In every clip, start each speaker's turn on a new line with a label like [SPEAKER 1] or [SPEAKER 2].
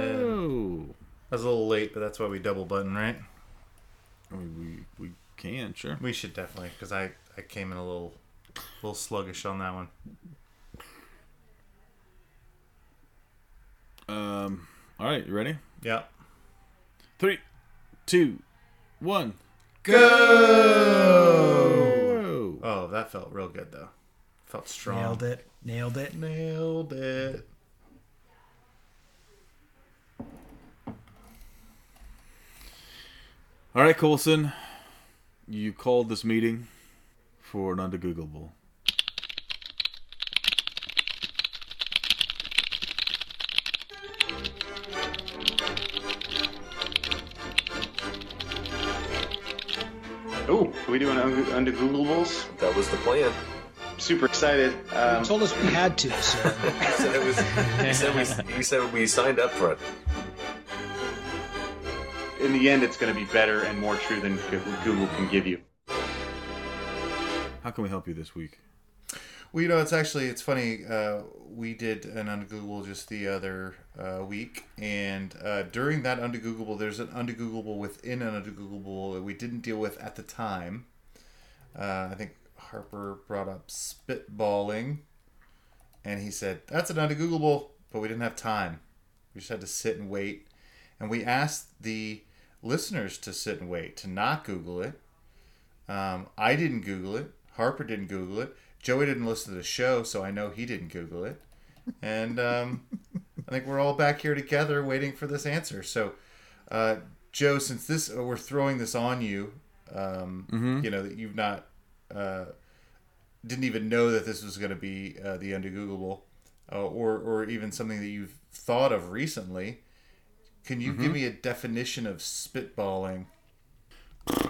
[SPEAKER 1] I was a little late, but that's why we double button, right?
[SPEAKER 2] I mean, we we can sure.
[SPEAKER 1] We should definitely, because I I came in a little little sluggish on that one.
[SPEAKER 2] Um. All right, you ready?
[SPEAKER 1] Yeah.
[SPEAKER 2] Three, two, one. Go.
[SPEAKER 1] Oh, that felt real good though. Felt strong.
[SPEAKER 3] Nailed it. Nailed it.
[SPEAKER 1] Nailed it.
[SPEAKER 2] All right, Colson. You called this meeting for an undergoogleable.
[SPEAKER 4] Ooh, are we doing un- under Googleables?
[SPEAKER 5] That was the plan.
[SPEAKER 4] Super excited. Um,
[SPEAKER 3] Told us we had to, so
[SPEAKER 5] He said it was. he said we. He said we signed up for it.
[SPEAKER 4] in the end, it's going to be better and more true than Go- Google can give you.
[SPEAKER 2] How can we help you this week?
[SPEAKER 1] Well, you know, it's actually it's funny. Uh, we did an undergoogleable just the other uh, week, and uh, during that undergoogleable, there's an undergoogleable within an undergoogleable that we didn't deal with at the time. Uh, I think Harper brought up spitballing, and he said that's an undergoogleable, but we didn't have time. We just had to sit and wait, and we asked the listeners to sit and wait to not Google it. Um, I didn't Google it. Harper didn't Google it. Joey didn't listen to the show, so I know he didn't Google it. And um, I think we're all back here together waiting for this answer. So, uh, Joe, since this uh, we're throwing this on you, um, you know that you've not uh, didn't even know that this was going to be uh, the undergoogleable, uh, or or even something that you've thought of recently. Can you give me a definition of spitballing?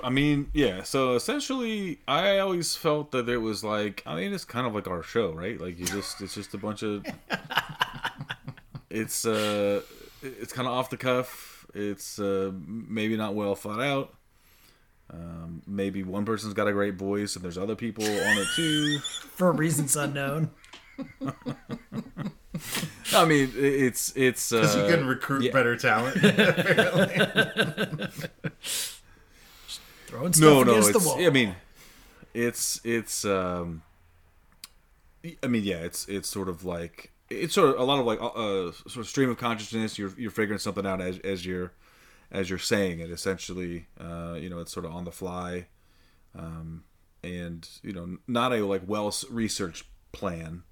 [SPEAKER 2] I mean, yeah. So essentially, I always felt that it was like I mean, it's kind of like our show, right? Like you just, it's just a bunch of, it's uh, it's kind of off the cuff. It's uh, maybe not well thought out. Um, maybe one person's got a great voice, and there's other people on it too.
[SPEAKER 3] for reasons unknown.
[SPEAKER 2] I mean, i- it's it's uh,
[SPEAKER 1] Because you can recruit
[SPEAKER 2] yeah.
[SPEAKER 1] better talent. apparently.
[SPEAKER 3] Throwing stuff
[SPEAKER 2] no, no.
[SPEAKER 3] against
[SPEAKER 2] It's,
[SPEAKER 3] the wall.
[SPEAKER 2] I mean, it's it's um, I mean, yeah, it's it's sort of like it's sort of a lot of like uh, sort of stream of consciousness. You're you're figuring something out as as you're as you're saying it. Essentially, uh, you know, it's sort of on the fly, um, and you know, not a like well s- researched plan.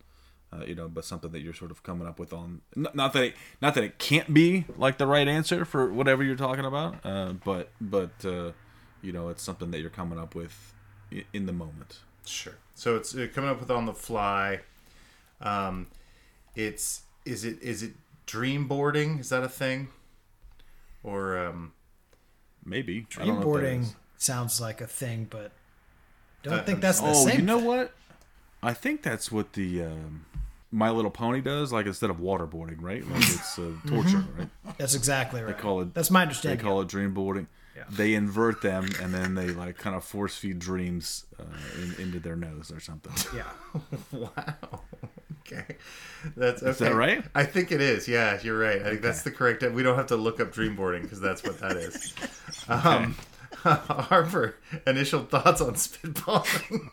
[SPEAKER 2] Uh, you know, but something that you're sort of coming up with on n- not that it, not that it can't be like the right answer for whatever you're talking about, uh, but but uh, you know it's something that you're coming up with i- in the moment.
[SPEAKER 1] Sure. So it's uh, coming up with on the fly. Um, it's is it is it dream boarding? Is that a thing? Or um,
[SPEAKER 2] Maybe I don't know
[SPEAKER 3] Dream
[SPEAKER 2] what that
[SPEAKER 3] boarding
[SPEAKER 2] is.
[SPEAKER 3] sounds like a thing, but don't
[SPEAKER 1] Uh,
[SPEAKER 3] think that's the
[SPEAKER 2] Oh,
[SPEAKER 3] same.
[SPEAKER 2] you know
[SPEAKER 3] thing.
[SPEAKER 2] what? I think that's what the um, My Little Pony does. Like instead of waterboarding, right? Like it's uh, torture, right?
[SPEAKER 3] That's exactly right.
[SPEAKER 2] call it-
[SPEAKER 3] that's my
[SPEAKER 2] They
[SPEAKER 3] understanding.
[SPEAKER 2] call it dream boarding. They invert them and then they like kind of force feed dreams uh, in, into their nose or something.
[SPEAKER 3] yeah.
[SPEAKER 1] wow. Okay, that's okay.
[SPEAKER 2] that right?
[SPEAKER 1] I think it is. Yeah, you're right. I think that's the correct. We don't have to look up dream boarding because that's what that is. Um, Harper, initial thoughts on spitballing?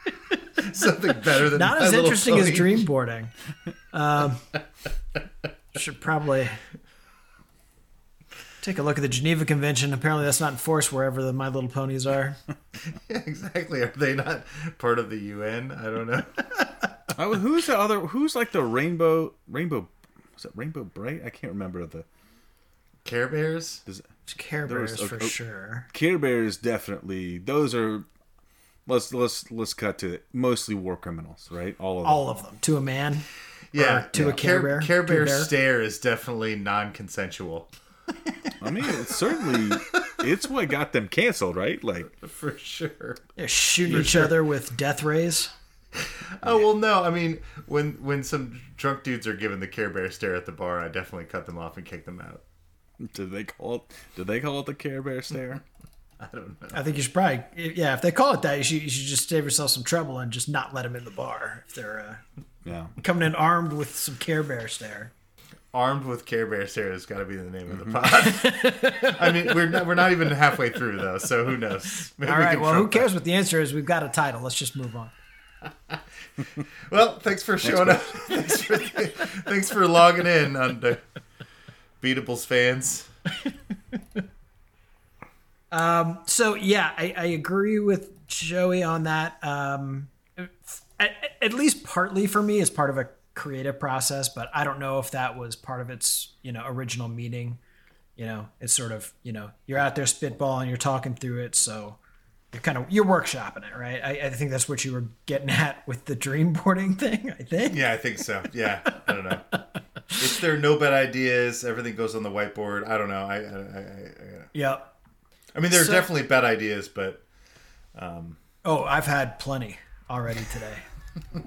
[SPEAKER 1] Something better than
[SPEAKER 3] Not
[SPEAKER 1] My
[SPEAKER 3] as
[SPEAKER 1] Little
[SPEAKER 3] interesting as
[SPEAKER 1] Pony.
[SPEAKER 3] dream boarding. Um, should probably take a look at the Geneva Convention. Apparently, that's not enforced wherever the My Little Ponies are.
[SPEAKER 1] exactly. Are they not part of the UN? I don't know.
[SPEAKER 2] I was- who's the other? Who's like the rainbow? Rainbow? Is it Rainbow Bright? I can't remember the.
[SPEAKER 1] Care Bears.
[SPEAKER 2] Does,
[SPEAKER 3] It's Care
[SPEAKER 2] There was-
[SPEAKER 3] Bears for
[SPEAKER 2] oh, oh.
[SPEAKER 3] sure.
[SPEAKER 2] Care Bears definitely. Those are. Let's let's let's cut to it. Mostly war criminals, right? All of them.
[SPEAKER 3] All of them to a man.
[SPEAKER 1] Yeah,
[SPEAKER 3] Or to a
[SPEAKER 1] yeah.
[SPEAKER 3] Care Bear,
[SPEAKER 1] Care
[SPEAKER 3] to a
[SPEAKER 1] Bear
[SPEAKER 3] bear.
[SPEAKER 1] stare is definitely non-consensual
[SPEAKER 2] I mean, it's certainly it's what got them canceled, right? Like,
[SPEAKER 1] for sure.
[SPEAKER 3] They're shooting each other with death rays.
[SPEAKER 1] Oh well, no. I mean, when when some drunk dudes are given the Care Bear stare at the bar, I definitely cut them off and kick them out.
[SPEAKER 2] did they call it? Did they call it the Care Bear stare?
[SPEAKER 1] I don't know.
[SPEAKER 3] I think you should probably, yeah, if they call it that, you should, you should just save yourself some trouble and just not let them in the bar if they're uh,
[SPEAKER 2] Yeah.
[SPEAKER 3] coming in armed with some Care Bear stare.
[SPEAKER 1] Armed with Care Bear Sarah has got to be the name of the pod. I mean, we're not, we're not even halfway through though, so who knows? Maybe
[SPEAKER 3] All
[SPEAKER 1] we
[SPEAKER 3] right,
[SPEAKER 1] can
[SPEAKER 3] well, who
[SPEAKER 1] trump that.
[SPEAKER 3] cares what the answer is? We've got a title. Let's just move on.
[SPEAKER 1] Well, thanks for showing up. thanks, for, thanks for logging in on the Beatables fans.
[SPEAKER 3] So yeah, I, I agree with Joey on that. Um, at, at least partly for me as part of a creative process, but I don't know if that was part of its you know original meaning. You know, it's sort of you know you're out there spitballing, you're talking through it, so you're kind of you're workshopping it, right? I, I think that's what you were getting at with the dream boarding thing. I think.
[SPEAKER 1] Yeah, I think so. Yeah, I don't know. It's their no bad ideas. Everything goes on the whiteboard. I don't know. I I, I, I,
[SPEAKER 3] Yep.
[SPEAKER 1] I mean, there are
[SPEAKER 3] So-
[SPEAKER 1] definitely bad ideas, but
[SPEAKER 3] Oh, I've had plenty already today.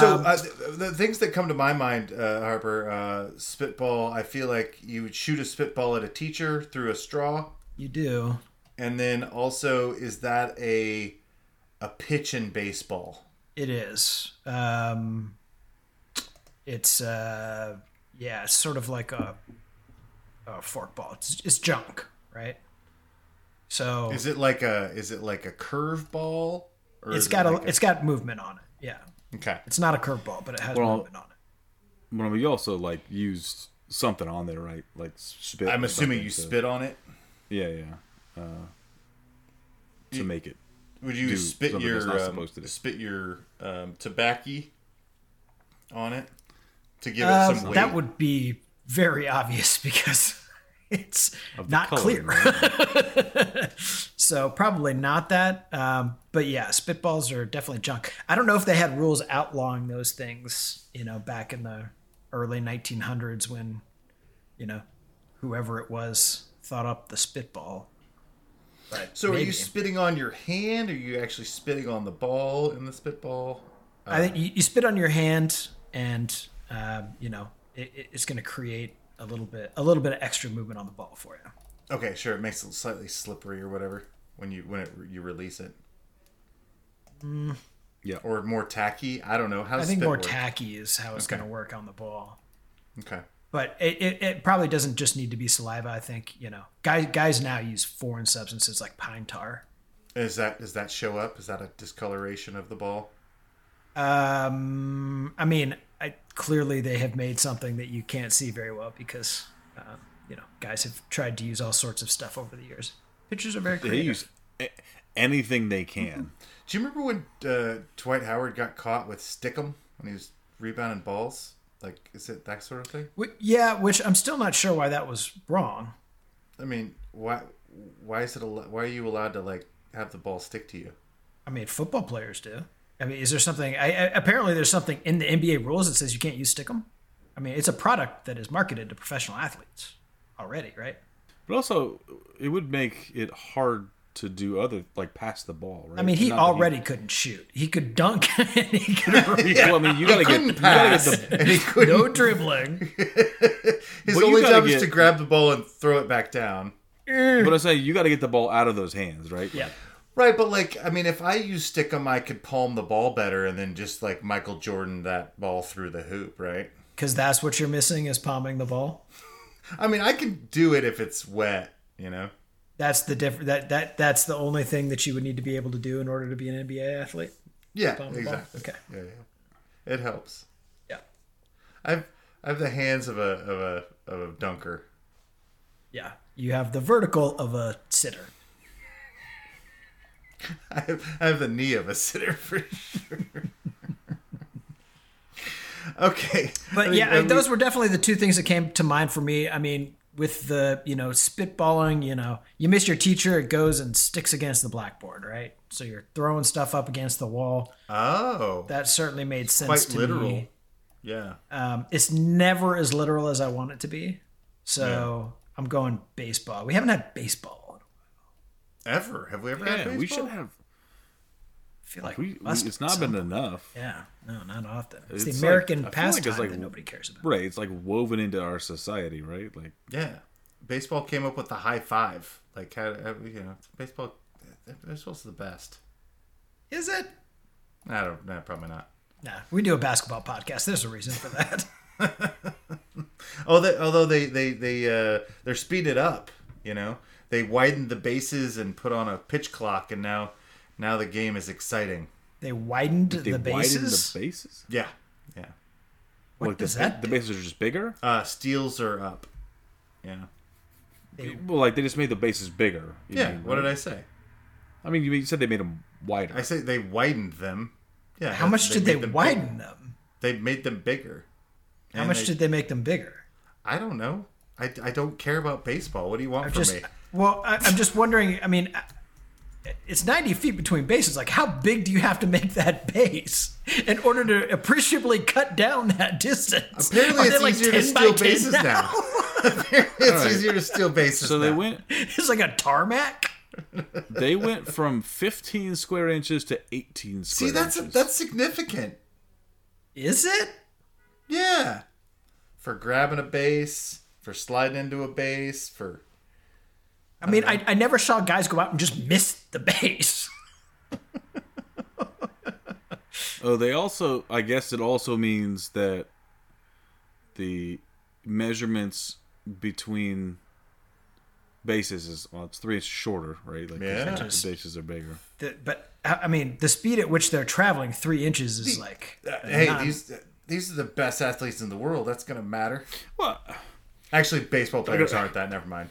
[SPEAKER 1] so
[SPEAKER 3] Um,
[SPEAKER 1] uh, the, the things that come to my mind, uh, Harper, uh, spitball. I feel like you would shoot a spitball at a teacher through a straw,
[SPEAKER 3] You do.
[SPEAKER 1] and then also is that a a pitch in baseball?
[SPEAKER 3] It is. Um, it's uh, yeah, it's sort of like a, a forkball. It's, it's junk, right? So
[SPEAKER 1] Is it like a is it like a curveball? Or
[SPEAKER 3] it's
[SPEAKER 1] is it
[SPEAKER 3] got a,
[SPEAKER 1] like
[SPEAKER 3] it's got movement on it. Yeah,
[SPEAKER 1] okay.
[SPEAKER 3] it's not a curveball, but it has
[SPEAKER 2] Well,
[SPEAKER 3] movement on it.
[SPEAKER 2] Well, I mean, you also like used something on there, right? Like spit.
[SPEAKER 1] I'm
[SPEAKER 2] or
[SPEAKER 1] assuming
[SPEAKER 2] something
[SPEAKER 1] you
[SPEAKER 2] to-
[SPEAKER 1] spit on it.
[SPEAKER 2] Yeah, yeah. Uh, to make it.
[SPEAKER 1] Would you
[SPEAKER 2] do
[SPEAKER 1] spit
[SPEAKER 2] something that's
[SPEAKER 1] your
[SPEAKER 2] not
[SPEAKER 1] um,
[SPEAKER 2] supposed to do.
[SPEAKER 1] spit your um, tobacco on it to give
[SPEAKER 3] Uh,
[SPEAKER 1] it some weight?
[SPEAKER 3] that would be very obvious because it's not
[SPEAKER 2] color,
[SPEAKER 3] clear.
[SPEAKER 2] right?
[SPEAKER 3] So probably not that. Um, but yeah, spitballs are definitely junk. I don't know if they had rules outlawing those things, you know, back in the early 1900s when, you know, whoever it was thought up the spitball.
[SPEAKER 1] so are
[SPEAKER 3] maybe.
[SPEAKER 1] you spitting on your hand? Or are you actually spitting on the ball in the spitball?
[SPEAKER 3] I think you, you spit on your hand and, um, you know, it, it- it's going to create a little bit, a little bit of extra movement on the ball for you.
[SPEAKER 1] Okay, sure. It makes it slightly slippery or whatever when you when it, you release it.
[SPEAKER 2] Yeah.
[SPEAKER 1] Or more tacky. I don't know. How
[SPEAKER 3] Mm. I
[SPEAKER 1] does
[SPEAKER 3] think
[SPEAKER 1] spit
[SPEAKER 3] more
[SPEAKER 1] work?
[SPEAKER 3] tacky is how it's
[SPEAKER 1] Okay.
[SPEAKER 3] going to work on the ball.
[SPEAKER 1] Okay.
[SPEAKER 3] but it, it, it probably doesn't just need to be saliva. I think you know, guys guys now use foreign substances like pine tar.
[SPEAKER 1] Is that does that show up? Is that a discoloration of the ball?
[SPEAKER 3] Um, I mean, I, clearly they have made something that you can't see very well because um, you know guys have tried to use all sorts of stuff over the years. Pictures are very
[SPEAKER 2] They
[SPEAKER 3] creative.
[SPEAKER 2] use a- anything they can.
[SPEAKER 1] Do you remember when uh, Dwight Howard got caught with Stickum when he was rebounding balls? Like, is it that sort of thing?
[SPEAKER 3] Wh- yeah, which I'm still not sure why that was wrong.
[SPEAKER 1] I mean, why why is it al- why are you allowed to like have the ball stick to you?
[SPEAKER 3] I mean, football players do. I mean, is there something? I, I, apparently, there's something in the NBA rules that says you can't use stickum. I mean, it's a product that is marketed to professional athletes already, right?
[SPEAKER 2] But also, it would make it hard to do other like pass the ball. Right?
[SPEAKER 3] I mean, he
[SPEAKER 2] Not that
[SPEAKER 3] already couldn't shoot. He could dunk. and he could
[SPEAKER 2] Well, I mean, you gotta get, you
[SPEAKER 1] Couldn't
[SPEAKER 2] gotta
[SPEAKER 1] pass,
[SPEAKER 2] get the.
[SPEAKER 1] and he couldn't.
[SPEAKER 3] no dribbling.
[SPEAKER 1] his
[SPEAKER 2] but you
[SPEAKER 1] only
[SPEAKER 2] gotta
[SPEAKER 1] job is
[SPEAKER 2] get-
[SPEAKER 1] to grab the ball and throw it back down.
[SPEAKER 2] But I say you gotta get the ball out of those hands, right?
[SPEAKER 3] Yeah.
[SPEAKER 1] Right, but like, I mean, if I use Stickum, I could palm the ball better, and then just like Michael Jordan that ball through the hoop, right?
[SPEAKER 3] Because that's what you're missing is palming the ball.
[SPEAKER 1] I mean, I can do it if it's wet, you know.
[SPEAKER 3] That's the diff- that that that's the only thing that you would need to be able to do in order to be an NBA athlete.
[SPEAKER 1] Yeah,
[SPEAKER 3] Palm the ball.
[SPEAKER 1] exactly.
[SPEAKER 3] Okay.
[SPEAKER 1] Yeah, yeah, it helps.
[SPEAKER 3] Yeah.
[SPEAKER 1] I've I have the hands of a of a of a dunker.
[SPEAKER 3] Yeah. You have the vertical of a sitter.
[SPEAKER 1] I have, I have the knee of a sitter for sure. okay,
[SPEAKER 3] But
[SPEAKER 1] I mean,
[SPEAKER 3] yeah,
[SPEAKER 1] I mean,
[SPEAKER 3] those were definitely the two things that came to mind for me. I mean, with the you know spitballing, you know, you miss your teacher, it goes and sticks against the blackboard, right? So you're throwing stuff up against the wall.
[SPEAKER 1] Oh,
[SPEAKER 3] That certainly made sense.
[SPEAKER 1] quite
[SPEAKER 3] to
[SPEAKER 1] literal.
[SPEAKER 3] Me.
[SPEAKER 1] Yeah.
[SPEAKER 3] Um, it's never as literal as I want it to be. So I'm going baseball. We haven't had baseball. in a while.
[SPEAKER 1] Ever have we ever had
[SPEAKER 2] Yeah,
[SPEAKER 1] baseball?
[SPEAKER 2] we should have.
[SPEAKER 3] I feel like
[SPEAKER 2] We, we,
[SPEAKER 3] must
[SPEAKER 2] it's not
[SPEAKER 3] some-
[SPEAKER 2] been enough.
[SPEAKER 3] Yeah, no, not often. It's,
[SPEAKER 2] It's
[SPEAKER 3] the
[SPEAKER 2] like- I
[SPEAKER 3] American
[SPEAKER 2] feel like it's
[SPEAKER 3] pastime
[SPEAKER 2] like-
[SPEAKER 3] that nobody cares about.
[SPEAKER 2] Right, it's like woven into our society, right? Like
[SPEAKER 1] Yeah. baseball came up with the high five. Like, how, how- you know, baseball, baseball's the best.
[SPEAKER 3] Is it?
[SPEAKER 1] I don't know, probably not.
[SPEAKER 3] Nah, we do a basketball podcast. There's a reason for that.
[SPEAKER 1] Oh, they, although they they they uh, they're speeded up. You know, they widened the bases and put on a pitch clock, and now now the game is exciting.
[SPEAKER 3] They widened the bases.
[SPEAKER 2] the bases.
[SPEAKER 1] Yeah, yeah.
[SPEAKER 2] like
[SPEAKER 3] does
[SPEAKER 2] the,
[SPEAKER 3] that
[SPEAKER 2] the
[SPEAKER 3] do?
[SPEAKER 2] bases are just bigger.
[SPEAKER 1] Uh, steals are up. Yeah,
[SPEAKER 2] Well, like they just made the bases bigger. you
[SPEAKER 1] yeah.
[SPEAKER 2] mean,
[SPEAKER 1] What
[SPEAKER 2] right?
[SPEAKER 1] did I say?
[SPEAKER 2] I mean, you you said they made them wider.
[SPEAKER 1] I say they widened them. Yeah.
[SPEAKER 3] How much
[SPEAKER 1] made
[SPEAKER 3] did they
[SPEAKER 1] them big-
[SPEAKER 3] widen them?
[SPEAKER 1] They made them bigger.
[SPEAKER 3] How much did they make them bigger?
[SPEAKER 1] I don't know. I, I don't care about baseball. What do you want from
[SPEAKER 3] Just
[SPEAKER 1] me?
[SPEAKER 3] well, I, I'm just wondering. I mean, I- it's 90 feet between bases. Like, how big do you have to make that base in order to appreciably cut down that distance?
[SPEAKER 1] Apparently,
[SPEAKER 3] Are
[SPEAKER 1] it's
[SPEAKER 3] they, like,
[SPEAKER 1] easier to
[SPEAKER 3] 10 by
[SPEAKER 1] steal
[SPEAKER 3] 10
[SPEAKER 1] bases now. it's easier to steal bases.
[SPEAKER 2] so they
[SPEAKER 1] now.
[SPEAKER 2] went.
[SPEAKER 3] it's like a tarmac.
[SPEAKER 2] They went from 15 square inches to 18 square
[SPEAKER 1] See, that's
[SPEAKER 2] inches.
[SPEAKER 1] that's significant.
[SPEAKER 3] Is it?
[SPEAKER 1] Yeah. For grabbing a base, for sliding into a base, for
[SPEAKER 3] I mean, I, I never saw guys go out and just miss the base.
[SPEAKER 2] Oh, they also. I guess it also means that the measurements between bases is well, it's three inches shorter, right? Like 'cause
[SPEAKER 1] Yeah.
[SPEAKER 2] the bases are bigger.
[SPEAKER 3] The- but I I mean, the speed at which they're traveling three inches is like
[SPEAKER 1] uh, hey, these these are the best athletes in the world. That's gonna matter.
[SPEAKER 2] Well,
[SPEAKER 1] Actually, baseball players aren't that. Never mind.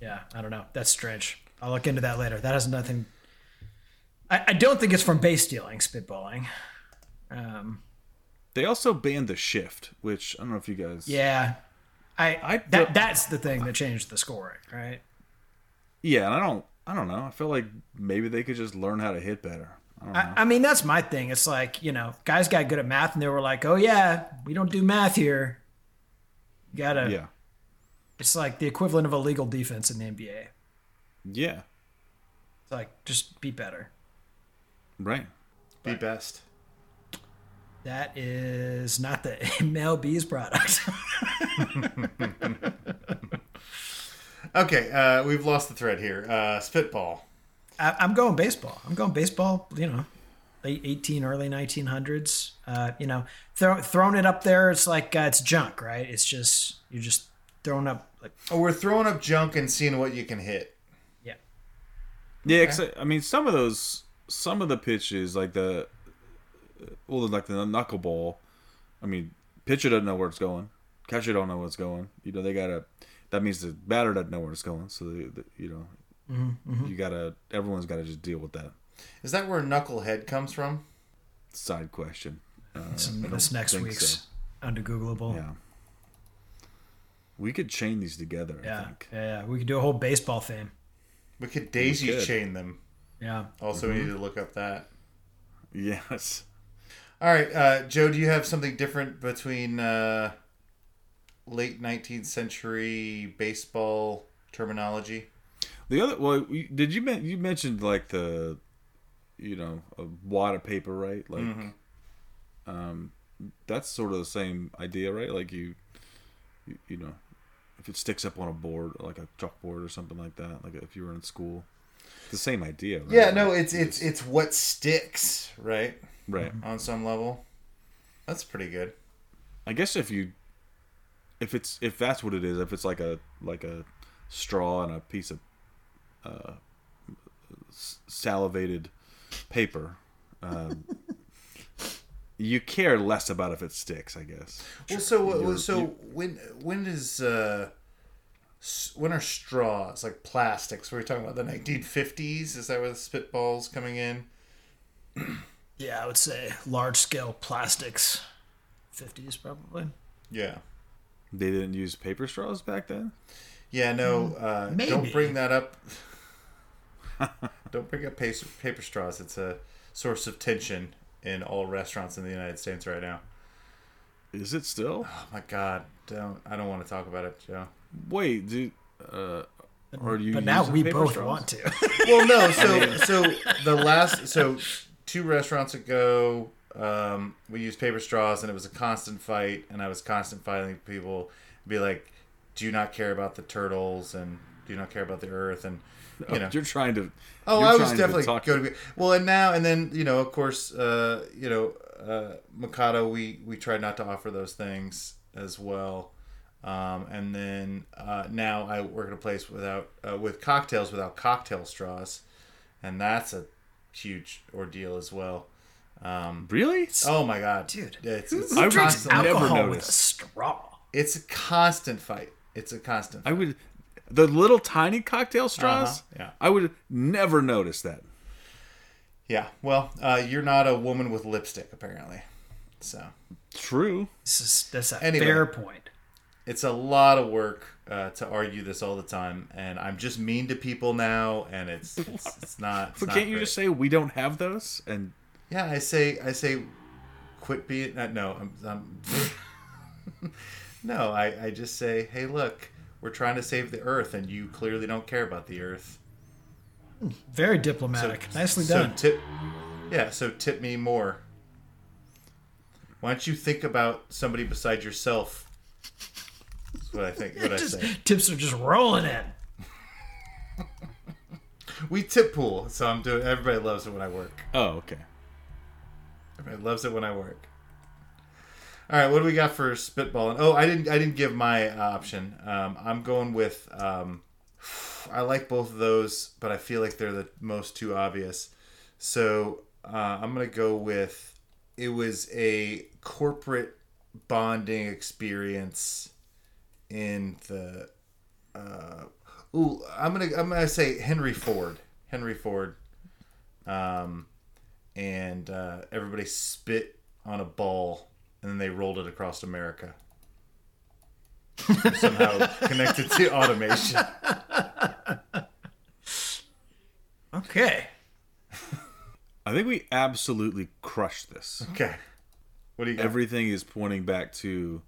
[SPEAKER 3] Yeah, I don't know. That's strange. I'll look into that later. That has nothing. I, I don't think it's from base stealing, spitballing. Um,
[SPEAKER 2] they also banned the shift, which I don't know if you guys.
[SPEAKER 3] yeah, I,
[SPEAKER 2] I-
[SPEAKER 3] that, that's the thing that changed the scoring, right?
[SPEAKER 2] Yeah, and I don't. I don't know. I feel like maybe they could just learn how to hit better. I don't know.
[SPEAKER 3] I, I mean, that's my thing. It's like you know, guys got good at math, and they were like, "Oh yeah, we don't do math here." You gotta.
[SPEAKER 2] yeah.
[SPEAKER 3] It's like the equivalent of a legal defense in the NBA.
[SPEAKER 2] Yeah.
[SPEAKER 3] It's like just be better.
[SPEAKER 2] Right.
[SPEAKER 1] Be best.
[SPEAKER 3] That is not the MLB's product.
[SPEAKER 1] Okay, uh, we've lost the thread here. Uh, spitball.
[SPEAKER 3] I, I'm going baseball. I'm going baseball. You know, late 18, early 1900s. Uh, you know, throw, throwing it up there, it's like uh, it's junk, right? It's just you're just throwing up like
[SPEAKER 1] Oh, we're throwing up junk and seeing what you can hit.
[SPEAKER 3] yeah.
[SPEAKER 2] Yeah, 'cause I I mean, some of those, some of the pitches, like the, well, like the knuckleball. I mean, pitcher doesn't know where it's going. Catcher don't know where it's going. You know, they gotta. That means the batter doesn't know where it's going. So they, the, you know, you gotta. Everyone's gotta just deal with that
[SPEAKER 1] Is that where knucklehead comes from?
[SPEAKER 2] side question.
[SPEAKER 3] It's this next
[SPEAKER 2] think
[SPEAKER 3] week's
[SPEAKER 2] so.
[SPEAKER 3] undergoogleable.
[SPEAKER 2] Yeah. We could chain these together. I
[SPEAKER 3] yeah,
[SPEAKER 2] think.
[SPEAKER 3] yeah. We could do a whole baseball thing.
[SPEAKER 1] We could daisy
[SPEAKER 2] could.
[SPEAKER 1] chain them.
[SPEAKER 3] Yeah.
[SPEAKER 1] Also, we need to look up that.
[SPEAKER 2] Yes.
[SPEAKER 1] All right, uh, Joe, do you have something different between uh, late 19th century baseball terminology?
[SPEAKER 2] The other well, you- did you men- you mentioned like the, you know, a wad of paper, right? Like, um,
[SPEAKER 1] Mm-hmm.
[SPEAKER 2] that's sort of the same idea, right? Like you, you, you know, if it sticks up on a board, like a chalkboard or something like that, like if you were in school, it's the same idea, right?
[SPEAKER 1] Yeah, no, it's it's it's what sticks, right?
[SPEAKER 2] right.
[SPEAKER 1] On some level, that's pretty good.
[SPEAKER 2] I guess if you, if it's if that's what it is, if it's like a like a straw and a piece of, uh, s- salivated paper, um, you care less about if it sticks. I guess.
[SPEAKER 1] Well, so well, so when when is uh, s- when are straws like plastics? Were we talking about the 1950s? Is that where the spitballs coming in?
[SPEAKER 3] Yeah, I would say large scale plastics, 50s probably.
[SPEAKER 1] Yeah.
[SPEAKER 2] They didn't use paper straws back then.
[SPEAKER 1] Yeah, no. Uh,
[SPEAKER 3] maybe.
[SPEAKER 1] don't bring that up. don't bring up paper, paper straws. It's a source of tension in all restaurants in the United States right now.
[SPEAKER 2] Is it still?
[SPEAKER 1] Oh my God! Don't I don't want to talk about it, Joe.
[SPEAKER 2] Wait, dude. Uh, are you?
[SPEAKER 3] But now
[SPEAKER 2] using
[SPEAKER 3] we
[SPEAKER 2] paper
[SPEAKER 3] both
[SPEAKER 2] straws?
[SPEAKER 3] want to.
[SPEAKER 1] Well, no. So so the last so two restaurants ago, um, we used paper straws, and it was a constant fight, and I was constant fighting people. Be like, do you not care about the turtles and do you not care about the earth and you know
[SPEAKER 2] You're trying to.
[SPEAKER 1] Oh,
[SPEAKER 2] you're
[SPEAKER 1] I was
[SPEAKER 2] trying
[SPEAKER 1] definitely
[SPEAKER 2] talk-
[SPEAKER 1] going to be well, and now and then, you know, of course, uh, you know, uh, Mikado. We we try not to offer those things as well, um, and then uh, now I work at a place without uh, with cocktails without cocktail straws, and that's a huge ordeal as well.
[SPEAKER 2] Really?
[SPEAKER 1] Oh my god,
[SPEAKER 3] Dude.
[SPEAKER 1] it's it's,
[SPEAKER 2] I
[SPEAKER 1] a
[SPEAKER 2] would
[SPEAKER 3] Drinks
[SPEAKER 1] constant,
[SPEAKER 2] never
[SPEAKER 3] alcohol with a
[SPEAKER 2] noticed.
[SPEAKER 3] straw.
[SPEAKER 1] it's a constant fight. It's a constant.
[SPEAKER 2] I
[SPEAKER 1] fight.
[SPEAKER 2] would. The little tiny cocktail straws.
[SPEAKER 1] Uh-huh, yeah.
[SPEAKER 2] I would never notice that.
[SPEAKER 1] Yeah. Well, uh, you're not a woman with lipstick apparently, so.
[SPEAKER 2] True.
[SPEAKER 3] This is that's a
[SPEAKER 1] Anyway.
[SPEAKER 3] fair point.
[SPEAKER 1] it's a lot of work uh, to argue this all the time, and I'm just mean to people now, and it's it's, it's not. It's
[SPEAKER 2] But
[SPEAKER 1] not
[SPEAKER 2] can't you
[SPEAKER 1] great.
[SPEAKER 2] just say we don't have those? And
[SPEAKER 1] Yeah, I say I say, quit being. Uh, no, I'm. I'm no, I I just say, hey, look, we're trying to save the Earth, and you clearly don't care about the Earth.
[SPEAKER 3] Very diplomatic. Nicely done.
[SPEAKER 1] So tip, yeah. So tip me more. Why don't you think about somebody beside yourself? That's what I think. What I
[SPEAKER 3] Just-
[SPEAKER 1] say.
[SPEAKER 3] tips are just rolling in.
[SPEAKER 1] We tip pool, so I'm doing. Everybody loves it when I work.
[SPEAKER 2] oh, okay.
[SPEAKER 1] Everybody loves it when I work. All right, what do we got for spitballing? Oh, I didn't. I didn't give my uh, option. Um, I'm going with. Um, I like both of those, but I feel like they're the most too obvious. So uh, I'm gonna go with. It was a corporate bonding experience in the. Uh, ooh, I'm gonna. I'm gonna say Henry Ford. Henry Ford. Um and uh, everybody spit on a ball and then they rolled it across America. Somehow connected to automation.
[SPEAKER 3] Okay.
[SPEAKER 2] I think we absolutely crushed this.
[SPEAKER 1] Okay. What do you got?
[SPEAKER 2] Everything is pointing back to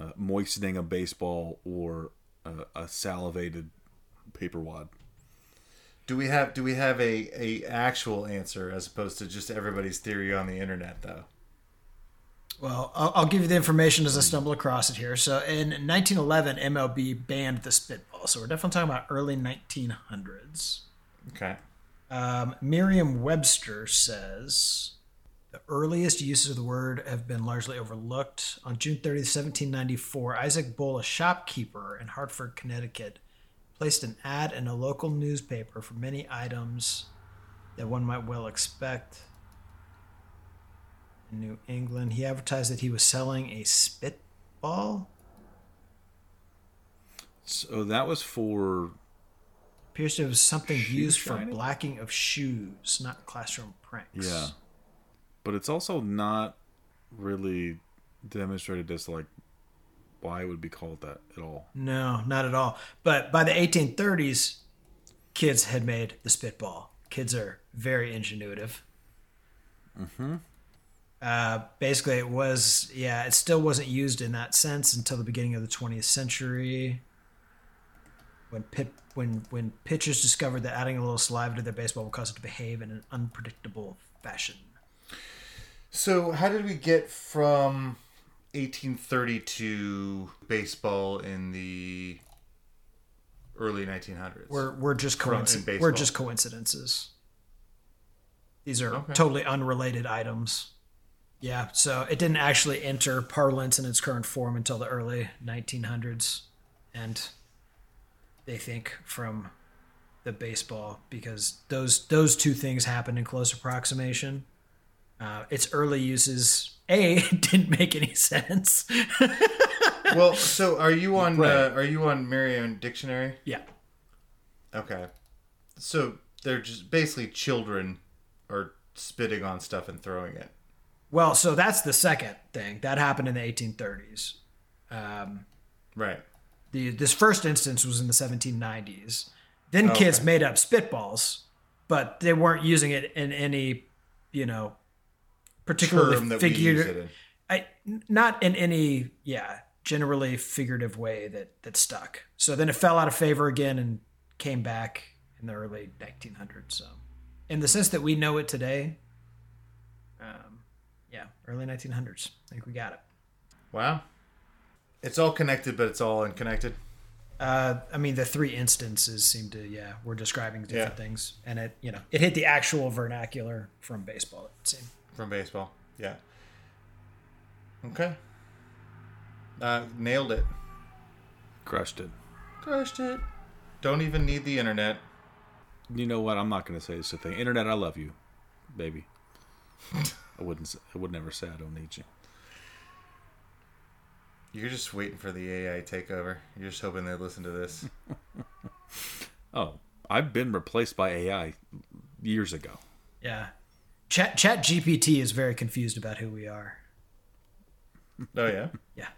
[SPEAKER 2] uh, moistening a baseball or uh, a salivated paper wad.
[SPEAKER 1] do we have do we have a, a actual answer as opposed to just everybody's theory on the internet though?
[SPEAKER 3] Well, I'll, I'll give you the information as I stumble across it here. So, in 1911, MLB banned the spitball. So, we're definitely talking about early 1900s.
[SPEAKER 1] Okay.
[SPEAKER 3] Um, Merriam Webster says the earliest uses of the word have been largely overlooked. On June 30th, 1794, Isaac Bull, a shopkeeper in Hartford, Connecticut, placed an ad in a local newspaper for many items that one might well expect. In New England, he advertised that he was selling a spitball.
[SPEAKER 2] So that was for
[SPEAKER 3] Appears to have something
[SPEAKER 2] Shoe
[SPEAKER 3] used for
[SPEAKER 2] shining?
[SPEAKER 3] blacking of shoes, not classroom pranks.
[SPEAKER 2] yeah, but it's also not really demonstrated as like why it would be called that at all.
[SPEAKER 3] No, not at all. But by the 1830s, kids had made the spitball. Kids are very ingenuitive. Mm-hmm. Uh, basically, it was, yeah, it still wasn't used in that sense until the beginning of the 20th century. When, pit, when, when pitchers discovered that adding a little saliva to their baseball would cause it to behave in an unpredictable fashion.
[SPEAKER 1] So how did we get from 1830 to baseball in the early 1900s?
[SPEAKER 3] We're, we're just
[SPEAKER 1] From- in
[SPEAKER 3] coinci-
[SPEAKER 1] baseball.
[SPEAKER 3] We're just coincidences. These are
[SPEAKER 1] Okay.
[SPEAKER 3] totally unrelated items. Yeah, so it didn't actually enter parlance in its current form until the early 1900s, and they think from the baseball because those those two things happened in close approximation. Uh, its early uses a didn't make any sense.
[SPEAKER 1] well, so are you on
[SPEAKER 2] Right.
[SPEAKER 1] uh, are you on Merriam Dictionary?
[SPEAKER 3] yeah,
[SPEAKER 1] Okay. So they're just basically children are spitting on stuff and throwing it.
[SPEAKER 3] well, so that's the second thing that happened in the 1830s. Um,
[SPEAKER 1] Right.
[SPEAKER 3] the this first instance was in the 1790s.
[SPEAKER 1] Oh,
[SPEAKER 3] Then kids made up spitballs, but they weren't using it in any, you know,
[SPEAKER 1] Term
[SPEAKER 3] particularly
[SPEAKER 1] that we use it
[SPEAKER 3] figurative.
[SPEAKER 1] in.
[SPEAKER 3] I n not in any, yeah, generally figurative way that that stuck. So then it fell out of favor again and came back in the early 1900s. So, in the sense that we know it today, um, yeah, early 1900s. I think we got it.
[SPEAKER 1] Wow. It's all connected, but it's all unconnected.
[SPEAKER 3] Uh, I mean, the three instances seem to, yeah, we're describing different
[SPEAKER 1] Yeah.
[SPEAKER 3] things, and it, you know, it hit the actual vernacular from baseball. It seemed.
[SPEAKER 1] from baseball. Yeah. Okay. Uh, nailed it.
[SPEAKER 2] Crushed it.
[SPEAKER 1] Crushed it. Don't even need the internet.
[SPEAKER 2] You know what? I'm not gonna say it's a thing. Internet, I love you, baby. I wouldn't. s- I would never say I don't need you.
[SPEAKER 1] You're just waiting for the AI takeover. You're just hoping they listen to this.
[SPEAKER 2] Oh, I've been replaced by AI years ago.
[SPEAKER 3] Yeah, Chat Chat GPT is very confused about who we are.
[SPEAKER 1] oh yeah,
[SPEAKER 3] Yeah,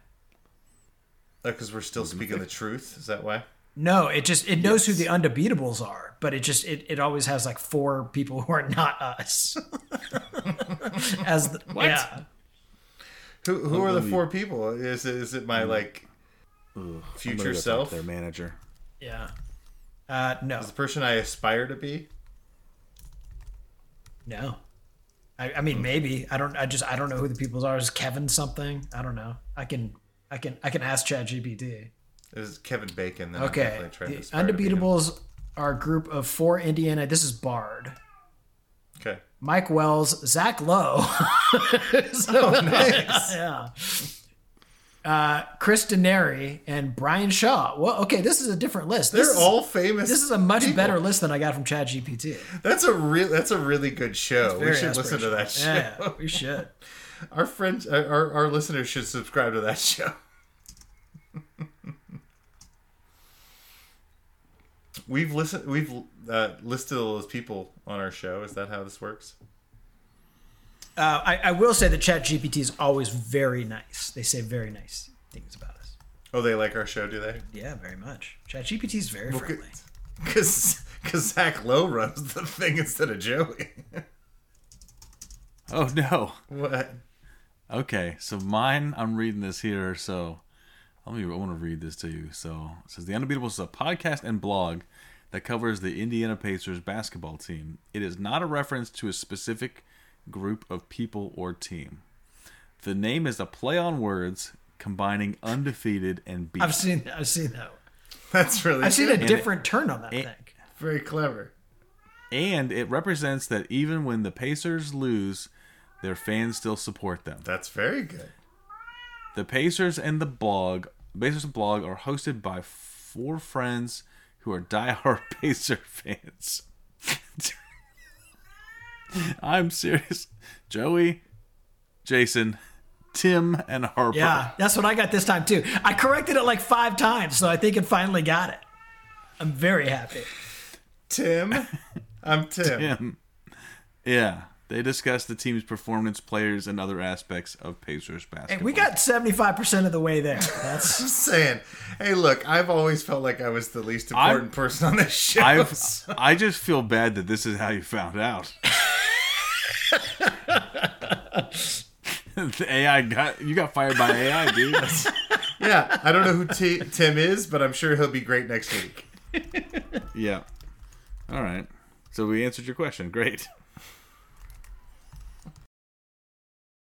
[SPEAKER 1] because we're still speaking the truth. Is that why?
[SPEAKER 3] no, it just it knows who the undebeatables are, but it just it, it always has like four people who are not us. As the,
[SPEAKER 2] What?
[SPEAKER 3] yeah,
[SPEAKER 1] Who who are the
[SPEAKER 2] Unbelievable.
[SPEAKER 1] four people? Is it, is it my like
[SPEAKER 2] Mm. Ugh, I'm
[SPEAKER 1] Future
[SPEAKER 2] gonna go talk to
[SPEAKER 1] self?
[SPEAKER 2] their manager.
[SPEAKER 3] yeah. Uh, no,
[SPEAKER 1] the person I aspire to be?
[SPEAKER 3] no. I, I
[SPEAKER 1] Hmm.
[SPEAKER 3] mean, maybe I don't. I just I don't know who the people are. Is Kevin something? I don't know. I can I can I can ask Chat GPT.
[SPEAKER 1] Is Kevin Bacon? Then I'm
[SPEAKER 3] Okay.
[SPEAKER 1] definitely trying
[SPEAKER 3] The
[SPEAKER 1] to aspire to be him.
[SPEAKER 3] Undebeatables are a group of four Indiana. This is Bard,
[SPEAKER 1] Okay.
[SPEAKER 3] Mike Wells, Zach Lowe. So-
[SPEAKER 1] Oh, nice.
[SPEAKER 3] Yeah. Uh, Chris Denary and Brian Shaw. Well, okay, this is a different list. This
[SPEAKER 1] They're
[SPEAKER 3] is-
[SPEAKER 1] all famous.
[SPEAKER 3] This is a much
[SPEAKER 1] people.
[SPEAKER 3] better list than I got from Chad GPT.
[SPEAKER 1] That's a real. That's a really good show. We
[SPEAKER 3] Very
[SPEAKER 1] should listen to
[SPEAKER 3] aspirational.
[SPEAKER 1] that show.
[SPEAKER 3] Yeah, we should.
[SPEAKER 1] Our friends, our, our- our listeners should subscribe to that show. we've listened, we've uh, listed all those people on our show. Is that how this works?
[SPEAKER 3] Uh, I, I will say that Chat GPT is always very nice. They say very nice things about us.
[SPEAKER 1] Oh, they like our show, do they?
[SPEAKER 3] Yeah, very much. Chat GPT is very friendly.
[SPEAKER 1] Because because Zach Lowe runs the thing instead of Joey.
[SPEAKER 2] Oh no.
[SPEAKER 1] what?
[SPEAKER 2] Okay, so mine, I'm reading this here. So let me, I want to read this to you. So it says The Unbeatables is a podcast and blog that covers the Indiana Pacers basketball team. It is not a reference to a specific group of people or team. The name is a play on words combining undefeated and beat.
[SPEAKER 3] I've seen I've seen that.
[SPEAKER 1] That's really
[SPEAKER 3] I've seen a
[SPEAKER 1] good.
[SPEAKER 3] different turn on that
[SPEAKER 2] it-
[SPEAKER 3] thing.
[SPEAKER 1] very clever.
[SPEAKER 2] and it represents that even when the Pacers lose, their fans still support them.
[SPEAKER 1] That's very good.
[SPEAKER 2] The Pacers and the blog, Pacers and blog, are hosted by four friends who are diehard Pacer fans. I'm serious. Joey, Jason, Tim, and Harper.
[SPEAKER 3] Yeah, that's what I got this time too. I corrected it like five times, so I think it finally got it. I'm very happy.
[SPEAKER 1] Tim, I'm Tim.
[SPEAKER 2] Tim. Yeah. They discuss the team's performance, players, and other aspects of Pacers basketball.
[SPEAKER 3] Hey, we got 75% of the way there.
[SPEAKER 1] I'm
[SPEAKER 3] That's
[SPEAKER 1] saying, hey, look, I've always felt like I was the least important person on this show.
[SPEAKER 2] I've,
[SPEAKER 1] so-
[SPEAKER 2] I just feel bad that this is how you found out. the AI got you got fired by AI, dude.
[SPEAKER 1] Yeah, I don't know who T- Tim is, but I'm sure he'll be great next week.
[SPEAKER 2] yeah. All right. So we answered your question. Great.